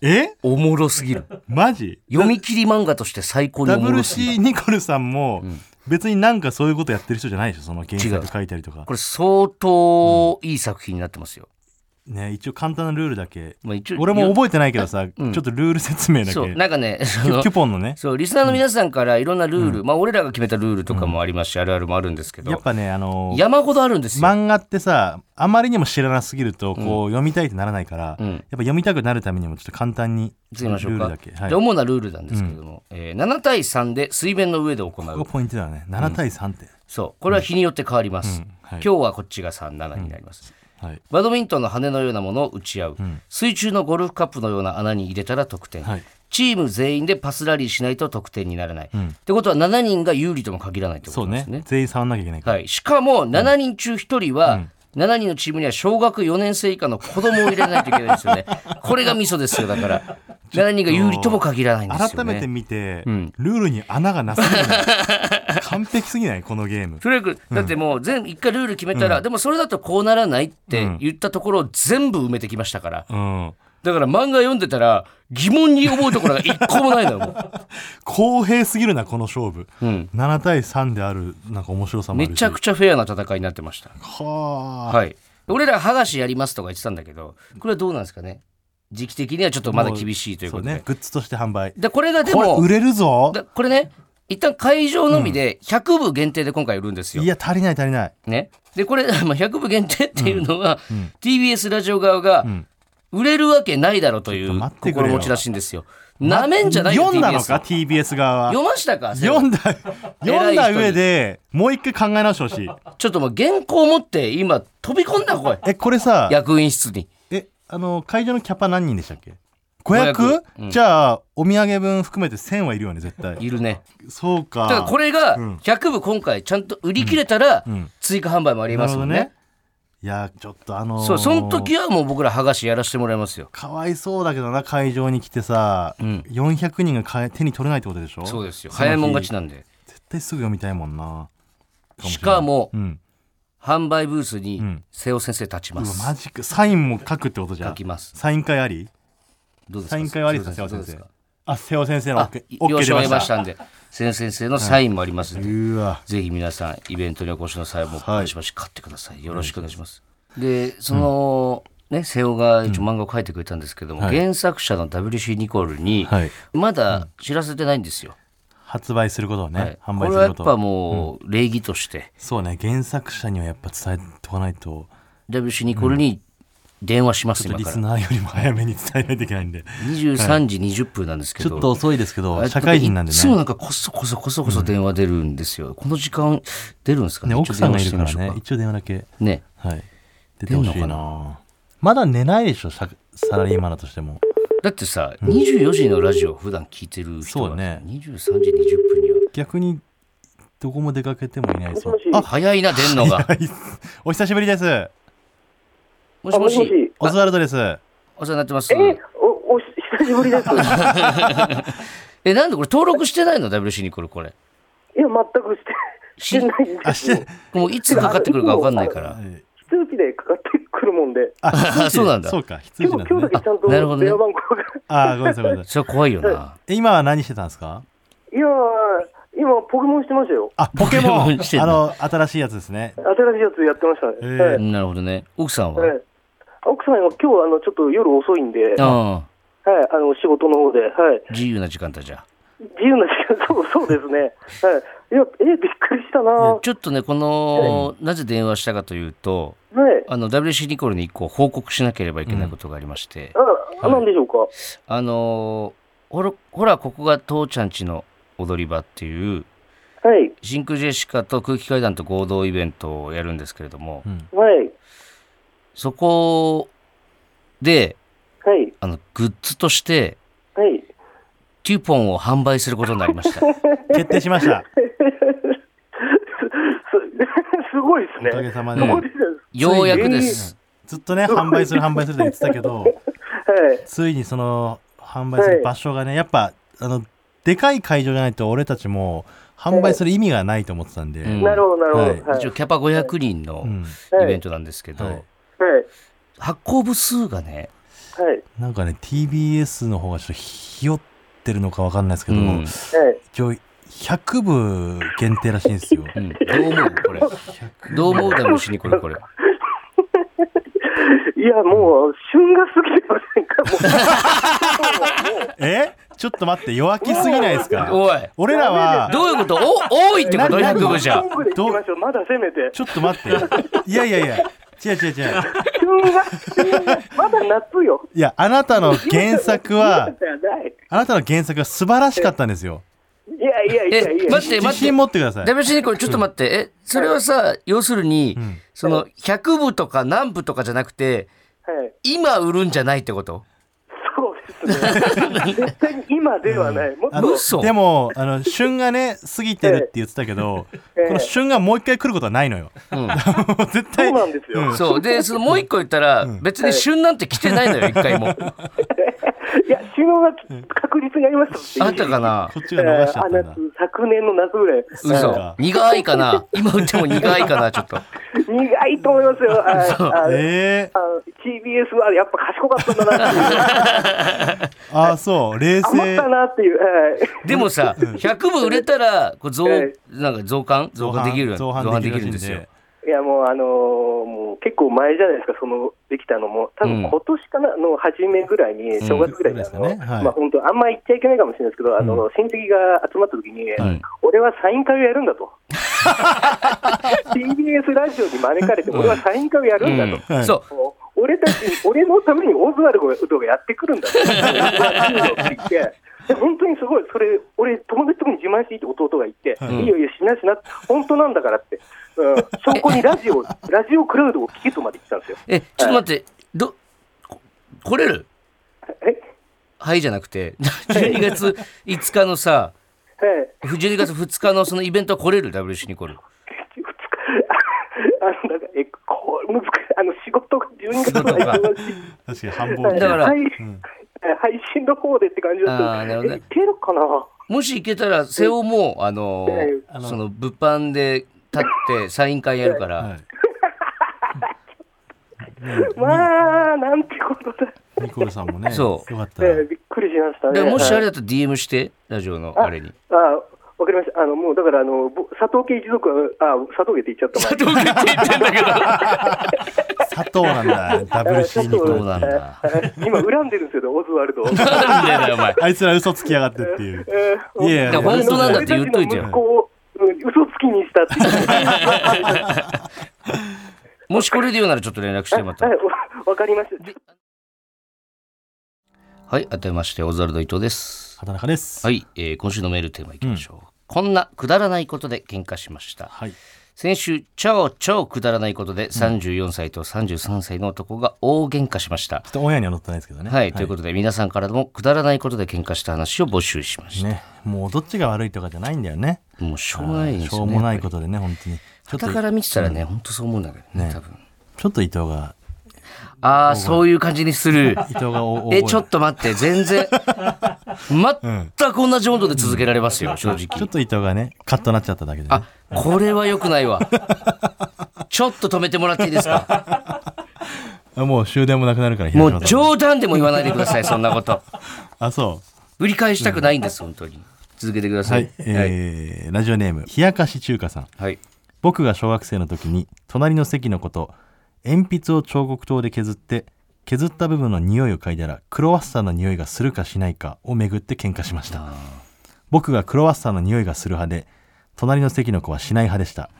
えおもろすぎるマジ読み切り漫画として最高におもろすぎる WC ニコルさんも別になんかそういうことやってる人じゃないでしょその原違う作書いたりとかこれ相当いい作品になってますよ、ね一応簡単なルールだけまあ一応俺も覚えてないけどさちょっとルール説明だけそうキなんか ねそュのキュポンのねそうリスナーの皆さんからいろんなルール、まあ俺らが決めたルールとかもありますし、あるあるもあるんですけどやっぱねあのー山ほどあるんですよ、漫画ってさあまりにも知らなすぎるとこう読みたいってならないからうんやっぱ読みたくなるためにもちょっと簡単につルけましょうールかだけはいでこ主なルールなんですけども、えー7対3で水面の上で行こがうポイントだよね7対3ってそうこれは日によって変わります、うんはい今日はこっちが37になります、はいバドミントンの羽のようなものを打ち合う、水中のゴルフカップのような穴に入れたら得点、はいチーム全員でパスラリーしないと得点にならない、ってことは7人が有利とも限らないってこそとうですねね全員触んなきゃいけないからはい、しかも7人中1人は、7人のチームには小学4年生以下の子供を入れないといけない ですよねこれがミソですよだから7人が有利とも限らないんですよ、ね、改めて見てルールに穴がなすぎ ない完璧すぎないこのゲームとにかくだってもう全一回ルール決めたら、でもそれだとこうならないって言ったところを全部埋めてきましたから、うんだから漫画読んでたら疑問に思うところが一個もないのよも う公平すぎるなこの勝負、ん7対3であるなんか面白さもあめるしちゃくちゃフェアな戦いになってましたはあ、はい俺ら「はがしやります」とか言ってたんだけどこれはどうなんですかね時期的にはちょっとまだ厳しいというそこうとでねグッズとして販売でこれがでこれも売れるぞだこれね一旦会場のみで100部限定で今回売るんですよい。や足りない足りないね、でこれ、 まあ、100部限定っていうのは、TBS ラジオ側が、売れるわけないだろうといちょっとう待ってくれ心よ持ちらしいんですよ。なめんじゃないよ読んだのか TBS TBS 側は読ましたか読んだ読ん偉だい人に上でもう一回考え直してほしいちょっともう原稿を持って今飛び込んだ 声えこれさ役員室に。えあの会場のキャパ何人でしたっけ 500? 500じゃあお土産分含めて1000はいるよね絶対いるね。そうかだからこれが100部今回ちゃんと売り切れたらん追加販売もありますもんなるねほど。いやちょっとあのーそう、その時はもう僕ら剥がしやらせてもらいますよ。かわいそうだけどな会場に来てさ、400人がかえ手に取れないってことでしょそうですよ。の日早いもん勝ちなんで。絶対すぐ読みたいもんなしかもうん販売ブースにん瀬尾先生立ちうまわす。マジかサインも書くってことじゃん書きますサイン会ありどうですかサイン会はありです瀬か尾先生瀬尾先どうです生かあ瀬尾先生のあ OK, 了 OK 承を出得ままししたたん で先生のサインもありますので、うわぜひ皆さんイベントにお越しの際もはいバシバシ買ってください、よろしくお願いしますでその、ね瀬尾が一応漫画を描いてくれたんですけども、はい原作者の WC ニコルに、はいまだ知らせてないんですよ、発売することをね、はい販こ売れすはやるっことぱもう礼儀としてそうね原作者にはやっぱ伝えとかないと WC ニコルに電話します、ちょっ今とリかスらナーよりも早めに伝えないといけないんで23時20分なんですけちど、ょっと遅いですけあど社会人なんでいつもねなんかこそこそこそこそ電話出るんですよ。この時間出るんですかね。ね奥さんがいるから一応電話してねみましょ一応電話だけうかね。はい。出ててほほしいなしいな。まだ寝ないでしょ、ササラリーマンだとしても。だってさ、24時のラジオ普段聞いてる人そはうねね、 23時20分には。逆に、どこも出かけてもいないです。あ、早いな、出んのが。 お久しぶりです。もしもし、あもしもしオズワルドです。お世話になってます。えおお久しぶりです。え、なんでこれ登録してないの ?WC にこれ、これ。いや、全くしして、してないんあでしすよて。もういつかかってくるか分かんないから。非通知でかかってくるもんで、あそうなんだそうか、羊今なん日だ、今日ね。だけちゃんとあなるほどね電話番号が、あー、ごめんなさい、ごめ んなさい。それは怖いよな。え今は何してたんですか。いやー、今、ポケモンしてましたよ、あ、ポケモポケンモンしてん。だあの、新しいやつですね。新しいやつやってましたね。へはいーなるほどね。奥さんは。はい奥さんは今日あのちょっと夜遅いんで、はい、あああの仕事の方で、はい、自由な時間だじゃあ自由な時間、そうそうですね、はい、いや、えびっくりしたな、はいや、ちょっとねこの、なぜ電話したかというとあの WC ニコルに一個報告しなければいけないことがありまして、あ、なんでしょうか、あのーほらほらここが父ちゃんちの踊り場っていうはい、真空ジェシカと空気階段と合同イベントをやるんですけれども、うん。はい、そこではい、あのグッズとしてはい、テュポンを販売することになりま した決定しました。 すすごいですね、おかげさまでごいですねようやくです、ずっとね、販売する、販売するって言ってたけど、はい、ついにその、販売する場所がね、やっぱ、あの、でかい会場じゃないと、俺たちも、販売する意味がないと思ってたんで、うんなるほど、なるほど、ははいい、一応キャパ500人のうんイベントなんですけど、はいはい、発行部数がね、はい、なんかね、TBS の方がちょっとひよってるのかわかんないですけど、うんはい、一応、100部限定らしいんですよ。うんどう思うこ れどう思う WC ニコルこれいや、もう、旬が過ぎてませんか、 もうもう、もうえちょっと待って、弱気すぎないですかおい俺らは、 どういうことお多いってことなな100部じゃキングで行きましょう、まだせめて。ちょっと待って。いやいやいや、違う違う違う。旬が、旬が、まだ夏よ。いや、あなたの原作は、じゃないあなたの原作は素晴らしかったんですよ。 いやいやいやいえや。待って待自って信持ってください。 WC ニコルちょっと待ってえそれはさ要するにんその100部とか何部とかじゃなくてはい。今売るんじゃないってことそうですね。絶対に今ではない。もっあとの嘘でも、あの、旬がね、過ぎてるって言ってたけど、ええこの旬がもう一回来ることはないのよ。んもう絶そ対う、なんですよ。そうでそのもう一個言ったら別に旬なんて来てないのよ一回も いや、収納が確率にありましたあったかなこっちえが逃しちーゃったあんだ夏。昨年の夏ぐらい。そう嘘か苦いかな今売っても苦いかなちょっと苦いと思いま すよ。ああええあ TBS はやっぱ賢かったん だなっていう。ああ、そう、冷余っ静た。なっていう。はいでもさ100部売れたらこう増えなんか増刊増刊できる造増反刊ででききるるんんでですすよよ。いやもうあのーもう結構前じゃないですか、そのできたのも、多分今年かな、の初めぐらいに、正月ぐらいにあの、うんぐらいですかねはいまあ本当、あんま言っちゃいけないかもしれないですけど、あの親戚が集まった時に、はい俺はサイン会をやるんだ と、TBS ラジオに招かれて、俺はサイン会をやるんだと。うんそうもう俺たち、 俺のためにオズワルドがやってくるん だとオズワルドって言ってで本当にすごい、それ、俺、友達とかに自慢していいって弟が言って、い、いよいいよ、しなしな、本当なんだからって、うん、証拠にラ ジオ、ラジオクラウドを聞けとまで言ってたんですよ。え、ちょっと待って、ど、こ来れるえはいじゃなくて、12月5日のさ、はい、 12月2日のそのイベントは来れる ?WC ニコル。二日ああのなんかえこう難しいあの仕事が12月の間だし確かに繁忙はい期だから配配信の方でって感じだあーっなるたほんでどねすけど、えいけるかな、もし行けたら、瀬尾も、あのええあのその物販で立ってサイン会やるから、まあ、なんてことだ、ニコルさんもね、よそうかったえ。びっくりしましただね。からもしあはいれだと DM して、ラジオのあれに。あ、わかりました。あの、もうだから、あの、ぼ佐藤家一族は、あ、佐藤家って言っちゃった。佐藤佐藤なんだ、WC ニコそうル。なんだ。今、恨んでるんですよ、オズワ ルドを。なんでだよ、お前。あいつら嘘つきやがってっていう。えいやいや俺本の当なんだって言っといてよ俺たちの息子をうん嘘つきにしたって 言って。もしこれで言うならちょっと連絡してまたは。い、わわかりました。はい、当てまして、オズワルド伊藤です。畑中です。はい、えー今週のメールテーマいきましょう、こんなくだらないことで喧嘩しましたはい。先週超超くだらないことで34歳と33歳の男が大喧嘩しました、ちょっとオンエアには載ってないですけどね。はい、ということで皆さんからもくだらないことで喧嘩した話を募集しました、ね、もうどっちが悪いとかじゃないんだよね。もうしょうがないですよねしょうもないことでね、本当に。ちょっ旗と、から見てたらね、ほんとそう思うんだけどねね多分ちょっと伊藤がああ、そういう感じにす る。伊藤がおえ、ちょっと待って、全然、全く同じ温度で続けられますよ、正ちょっ直。と伊藤がねカッとなっちゃっただけで、ね、あ、これは良く ないわ。ちょっと止めてもらっていいですかもう終電もなくなるからも平う島さん冗談でも言わないでください、そんなこと。あそ売り返したくないんです、本当に。続けてくだうさ。はいい、えーラジオネーム冷やかし中華さんはい。僕が小学生の時に隣の席のこと鉛筆を彫刻刀で削って削った部分の匂いを嗅いだらクロワッサンの匂いがするかしないかをめぐって喧嘩しました僕がクロワッサンの匂いがする派で隣の席の子はしない派でした、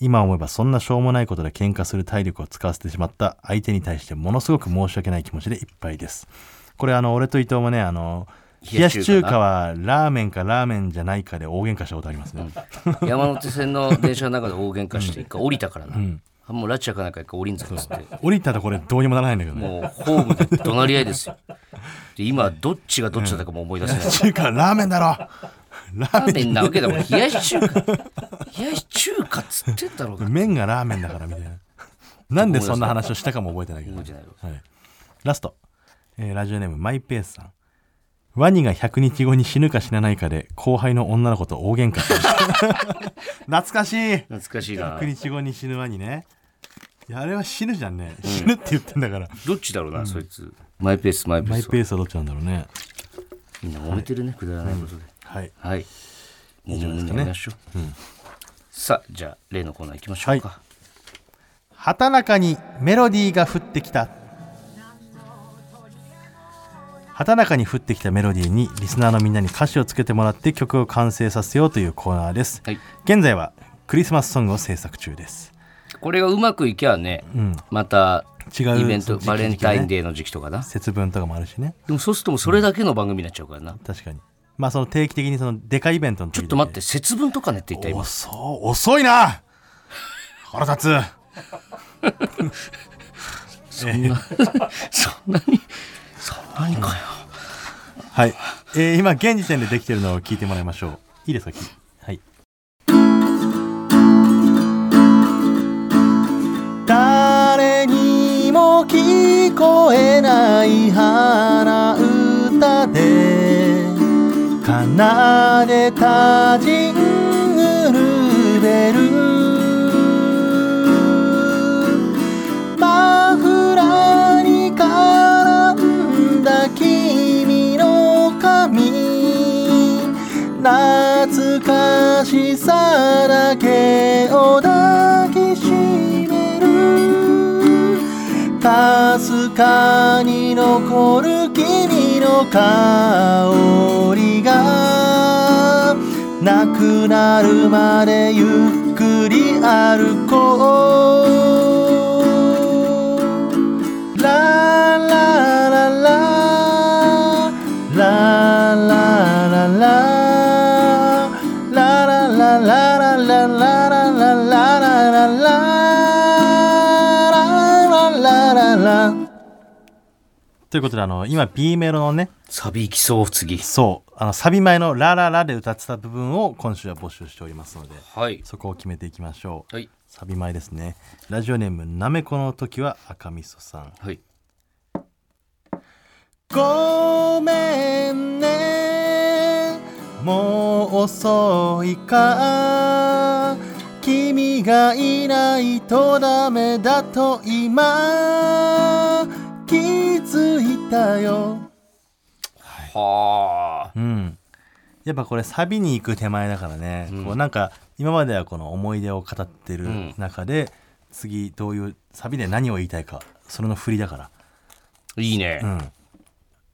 今思えばそんなしょうもないことで喧嘩する体力を使わせてしまった相手に対してものすごく申し訳ない気持ちでいっぱいですこれあの俺と伊藤もねあの冷冷ややしし中中華な華はラーメンかラーメンじゃないかで大喧嘩したことありますね、山手線の電車の中で大喧嘩して、一回降りたからな。あもう拉致やかなんか一回降りんぞっつって。降りたところでどうにもならないんだけどねもうホームで怒鳴り合いですよ。で今、どっちがどっちだったかも思い出せない。中華ラーメンだろララーーメメンなわけだもん。冷やし中華。冷やし中華っつってんだろうがン。麺がラーメンだからみたいななんでそんな話をしたかも覚えてないけど、覚えてないわはい、ラスト、えーラジオネームマイペースさんワニが100日後に死ぬか死なないかで後輩の女の子と大喧嘩しました懐かしい100懐かしいな。日後に死ぬワニねいやあれは死ぬじゃんね、死ぬって言ってんだからどっちだろうな、そいつ。マイペース、マイペマーイス。ペースはどっちなんだろうねみんな揉めてるね、くだらないことで。はいはい。もうじゃないですかね揉めましょう。さあ、じゃあ、例のコーナー行きましょうはか。畑中にメロディーが降ってきた畑中に降ってきたメロディーにリスナーのみんなに歌詞をつけてもらって曲を完成させようというコーナーです、はい現在はクリスマスソングを制作中ですこれがうまくいきゃね、また違うイベンそのト、時期バねレンタインデーの時期とかな。節分とかもあるしねでもそうするともうそれだけの番組になっちゃうからな。確かにまあその定期的にそのデカイベントの時ちょっと待って、節分とかねって言った今。遅遅いな腹立つ そんなに、そんなにかよ。はい、えー今現時点でできてるのを聞いてもらいましょういいですか聞いはい誰にも聞こえない花歌で奏でたジングルベルマフラーに絡んだ君の髪懐かしさだけを抱きしめるかすかに残る君の香りがなくなるまでゆっくり歩こうララララララララララララララララララララララということであの今 B メロのねサビ行きそう、次。そうあのサビ前の「ラララ」で歌ってた部分を今週は募集しておりますのではい。そこを決めていきましょう、はい。サビ前ですねラジオネームなめこの時は赤みそさんはい。ごめんねもう遅いか君がいないとダメだと今気づいたよはあ。うん、やっぱこれサビに行く手前だからね、こうなんか今まではこの思い出を語ってるん中で、次どういうサビで何を言いたいかそれの振りだから、いいね。うん、ありが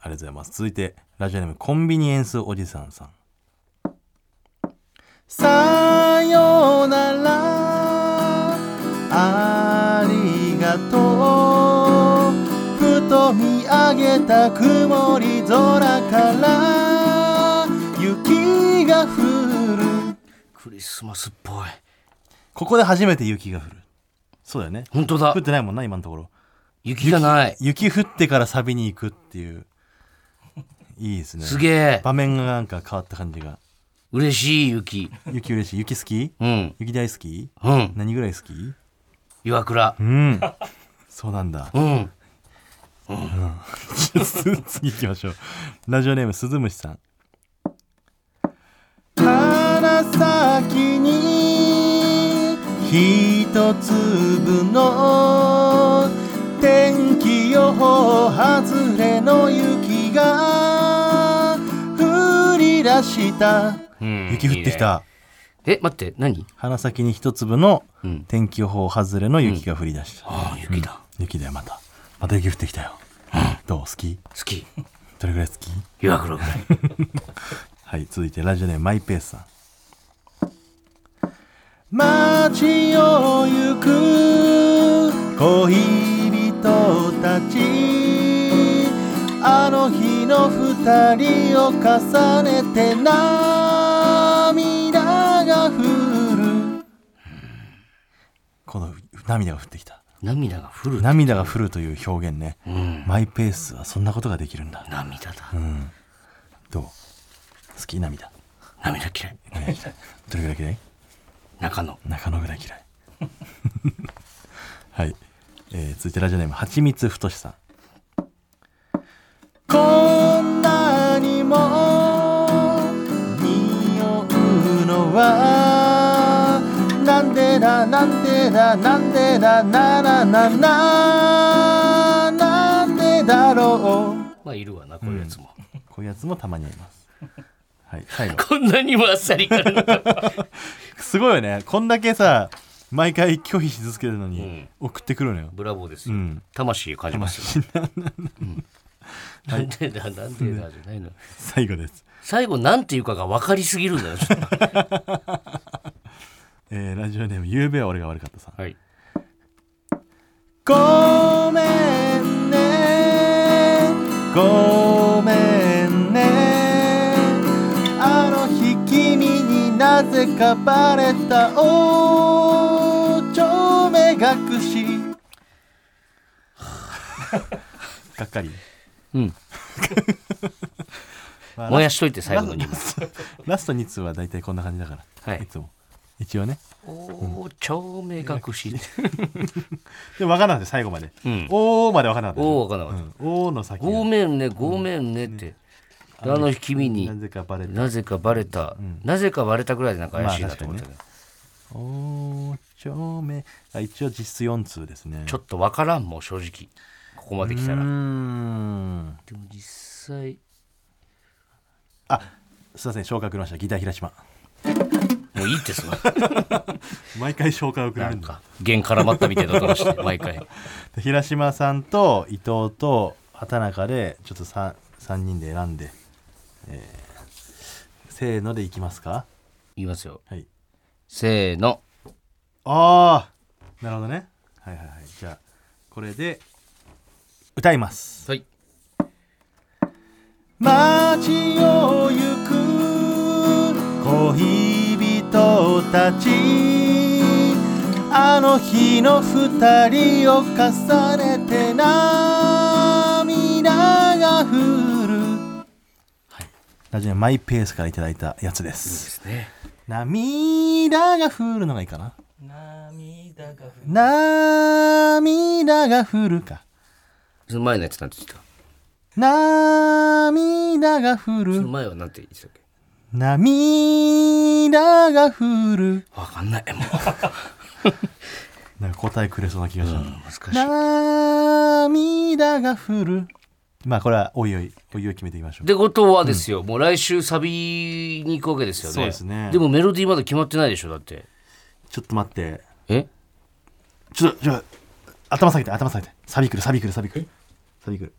とうございます続いてラジオネームコンビニエンスおじさんさん「さようならありがとう」「ふと見上げた曇り空から雪が降るクリスマスっぽい。」ここで初めて雪が降るそうだよね本当だ降っ。てないもんな今のところ雪がない。雪降ってからサビに行くっていういいですねすげえ。場面がなんか変わった感じが嬉しい雪。雪嬉しい雪好きうん。雪大好きうん。何ぐらい好き岩倉う。んそうなんだうん。次行きましょうラジオネーム鈴虫さん鼻先に一粒の天気予報外れの雪が降り出したうん雪降ってきたいいねえ待って何鼻先に一粒のうん天気予報外れの雪が降り出した、ああ雪だ雪だよまたまた雪降ってきたよ、どう好き好きどれぐらい好き岩黒ぐらいはい、続いてラジオネームマイペースさん。街を行く恋人たちあの日の二人を重ねて涙が降るこの涙が降ってきた涙が降る涙が降るという表現ね、うんマイペースはそんなことができるんだ涙だどう 好き涙涙嫌い どれぐらい嫌い中野中野ぐらい嫌 いはい、えー続いてラジオネームはちみつふとしさんこんなにも匂うのはなんでだなんでだなんでだなななななんでだろうまあいるわなこういうやつもこういうやつもたまにありますはい最後こ んなにもあっさりからすごいよねこんだけさ毎回拒否し続けるのにん送ってくるのよ、 ブラボーですうよん魂を感じますよなんでだなんでだじゃないの 最後です、最後なんていうかが分かりすぎるんだよちょっとえーラジオネーム「ゆうべは俺が悪かったさん」 はいごめんねごめんねあの日君になぜかバレたおちょめ隠しがっかりうん まあ燃やしといて最後のに ラストラスト2通は大体こんな感じだから、はいつも一応ねおお超明隠しでも分からなくて最後まで「うんおー」まで分からなくておー分からなかうんおー」の先がごめんねごめんねってあの日君になぜかバレたなぜかバレたなぜかバレたぐらいでなんか怪しいなと思ったけど「おーちょめ」あ一応実質4通ですねちょっと分からんもう正直ここまで来たうーらんでも実際あすいません消化くれましたギター平島もういいってその毎回消化をくれなるんんだか弦絡まったみたいな音が して毎回で平島さんと伊藤と畑中でちょっと 3, 三人で選んで、えーせーのでいきますか言いますよはいせーのああなるほどねはいはいはいじゃあこれで歌いますはい街を行く恋人たちあの日の二人を重ねて涙が降るはいラジオネームマイペースからいただいたやつですですね涙が降るのがいいかな涙が降る涙が降るかその前のやつなんて言ってた涙が降そるの前はなんて言ってたっけ涙が降るわか んないもなんか答えくれそうな気がする、う難しい涙が降るまあこれはおいおいおいおい決めていきましょっうてことはですよ、もう来週サビに行くわけですよねそうですねでもメロディーまだ決まってないでしょだってちょっと待ってえちょっとちょっと頭下げて頭下げてサビくるサビくるサビくるサビくる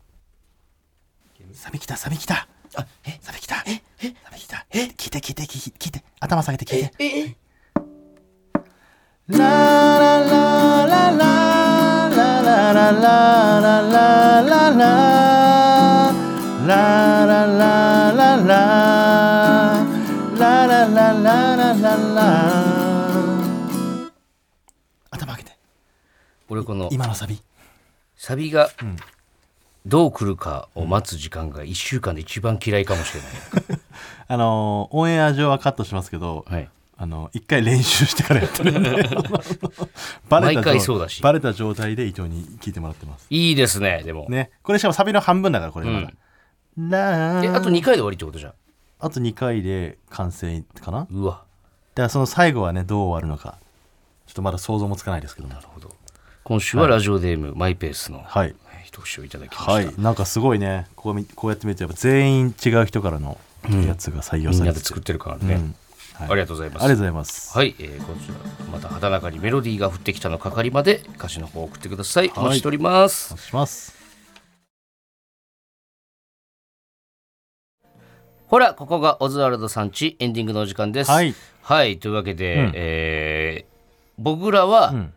サビきたサビきたあえサビきたええサビきたえ聞いて聞いて聞いて聞いて頭下げて聞いてえララララララララララララララララララララララララ頭上げて俺この今のサビサビがどう来るかを待つ時間が1週間で一番嫌いかもしれない、あのーオンエア上はカットしますけど、はい、あの一回練習してからやってるんでバレ た毎回そうだし状バレた状態で伊藤に聞いてもらってますいいですねでも、ねこれしかもサビの半分だからこれまだ、なえあと2回で終わりってことじゃんあと2回で完成かなだかうわらその最後はねどう終わるのかちょっとまだ想像もつかないですけども今週はラジオデーム、マイペースのはい一押しをいただきました、はいなんかすごいねこうみこうやって見るとやっぱ全員違う人からのやつが採用みんさなれでてて、作ってるからね、うんはいありがとうございますありがとうございます、はい、えーこちらまた畑中にメロディーが降ってきたのかかりまで歌詞の方を送ってください、はいお待ちしておりますお願いしますほらここがオズワルドさんちエンディングのお時間ですはい、はいというわけで、うんえー僕らはうん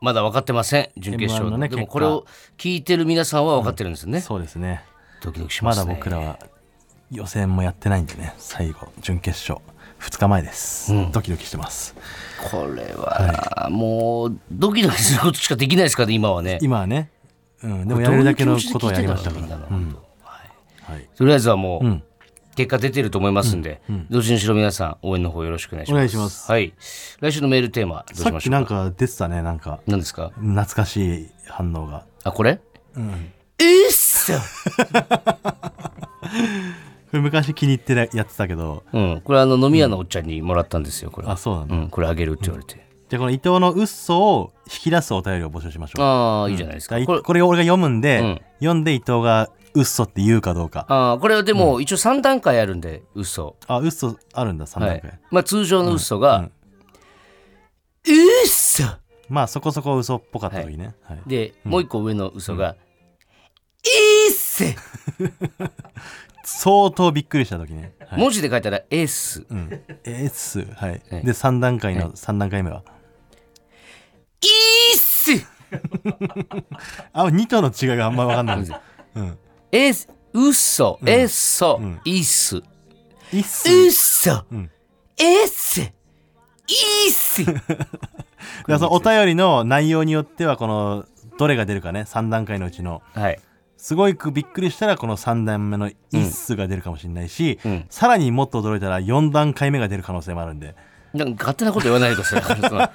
まだ分かってません、準決勝 M1 の、のねでも結果これを聞いてる皆さんは分かってるんですよね、そうですねドキドキしまますねだ僕らは予選もやってないんでね最後準決勝2日前です、うんドキドキしてますこれは、もうドキドキすることしかできないですからね今はね今はね、うん、でもやれるだけのことをやりましたかどういう気ら持ちで聞いてたのうみんなんのはいはい、とりあえずはもう、うん結果出てると思いますんで、んどっちにしろ皆さん応援の方よろしくお願いします。お願いしますはい。来週のメールテーマどうさしっましきょうか。なんか出てたねなんか何ですか？懐かしい反応があこれ？うん。うっそ。これ昔気に入ってらやってたけどうん。これあの飲み屋のおっちゃんにもらったんですよ。これ。あそうなんうだ、ん。これあげるって言われて。じゃあこの伊藤の嘘を引き出すお便りを募集しましょうああいいじゃないですか。だからこれ。いこれを俺が読むんで、うん読んで伊藤が嘘って言うかどうかあーこれはでも一応3段階あるんで嘘、あ嘘あるんだ3段は階、いまあ、通常の嘘うんうが「んうっそまあそこそこ嘘っぽかった時ね、はい」でもう一個上の嘘が「うっせ」相当びっくりした時ね、はい文字で書いたら「えっす」うん、えーっすはい、はいで3段階の3段階目は、 「いっす」あ2との違いがあんま分かんないんですよえす、うそ、えそん、いす、ういっすそん、えす、い す。だからそのお便りの内容によってはこのどれが出るかね3段階のうちのはい。すごいくびっくりしたらこの3段目の「いっす」が出るかもしれないし、うんさらにもっと驚いたら4段階目が出る可能性もあるんでなんか勝手なこと言わないでく ださいその。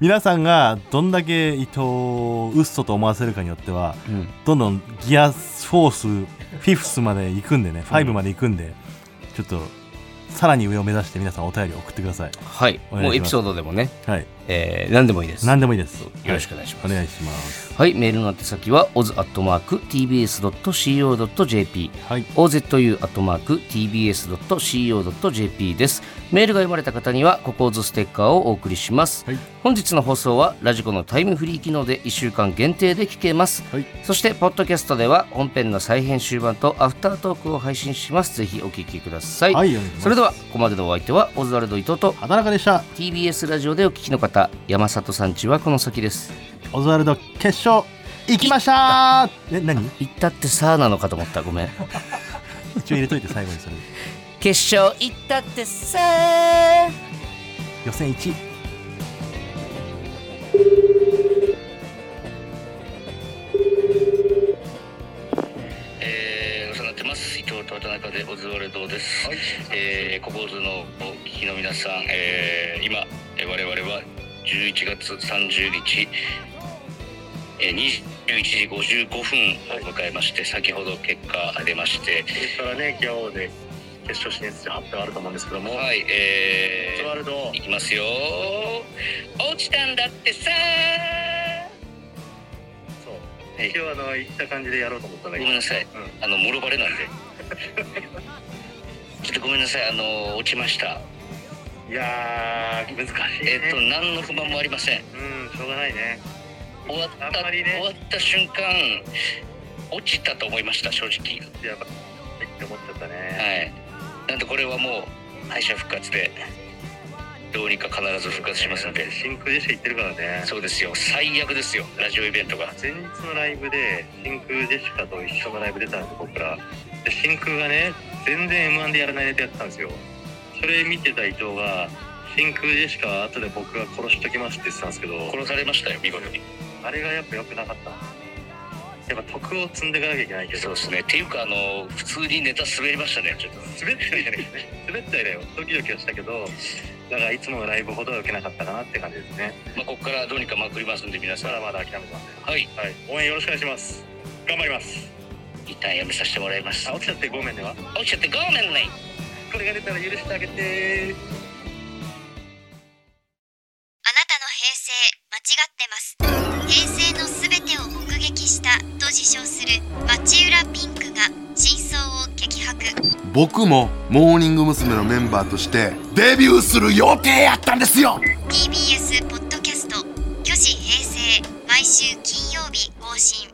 皆さんがどんだけ伊藤を嘘と思わせるかによっては、うんどんどんギア4スフィフスまで行くんでね5まで行くんで、ちょっとさらに上を目指して皆さんお便り送ってくださいはい。お願もいしますうエピソードでもね、はいえー何でもいいです。よ何でもいいですよろしくお願いします。お願いしますはい、メールの宛先は oz.tbs.co.jp はい ozu.tbs.co.jp ですメールが読まれた方にはココーズステッカーをお送りします、はい本日の放送はラジコのタイムフリー機能で1週間限定で聞けます、はいそしてポッドキャストでは本編の再編集版とアフタートークを配信しますぜひお聞きください、はいお願いしますそれではここまでのお相手はオズワルド伊藤と畑中でした TBS ラジオでお聞きの方山里さんちはこの先ですオズワルド決勝行きましたえ何行ったってさあなのかと思ったご めん一応入れといて最後にそれ決勝行ったってさあ予選1えー、お世話になってます伊藤と渡中でオズワルドです、えー、ココーズのお聞きの皆さん、えー、今えー我々は11月30日、えー、21時55分を迎えまして、先ほど結果が出ましてですからね、今日で決勝進出発表あると思うんですけども、はいオズえワルド、ー、いきますよ落ちたんだってさそうはい今日あの言った感じでやろうと思ったんだごけめんなさいど、うんあの、もろバレなん で。ちょっとごめんなさい、あの、落ちました。いやー、難しいね、えっと、何の不満もありません。うん、しょうがないね、終わった、あんまり終ねわった瞬間。落ちたと思いました、正直。やばいって思っちゃったね、はい。なんで、これはもう敗者復活で。どうにか必ず復活しますので。真空ジェシカ行ってるからね、そうですよ、最悪ですよ、ラジオイベントが。前日のライブで、真空ジェシカと一緒のライブ出たんですよ、僕ら、で真空がね、全然 m 1でやらないネタやってたんですよ、それ見てた伊藤が、真空ジェシカは後で僕が殺しときますって言ってたんですけど、殺されましたよ、見事に。あれがやっぱ良くなかった。やっぱ徳を積んでいかなきゃいけないけど、そうですね、っていうか、あの、普通にネタ滑りましたね、ちょっと。滑ったりじゃないですね。滑ったりだよ。ドキドキはしたけど、だからいつものライブほどは受けなかったかなって感じですね。まあ、ここからどうにかまくりますんで皆さまんだまだ諦めてません。はいはい、応援よろしくお願いします。頑張ります。一旦やめさせてもらいますあ、落ちちゃってごめんねは。落ちちゃってごめんねこれが出たら許してあげてあなたの平成間違ってます平成のすべてを目撃したと自称する町浦ピンクが真相を激白僕もモーニング娘。のメンバーとしてデビューする予定やったんですよ TBS ポッドキャスト「巨子平成」毎週金曜日更新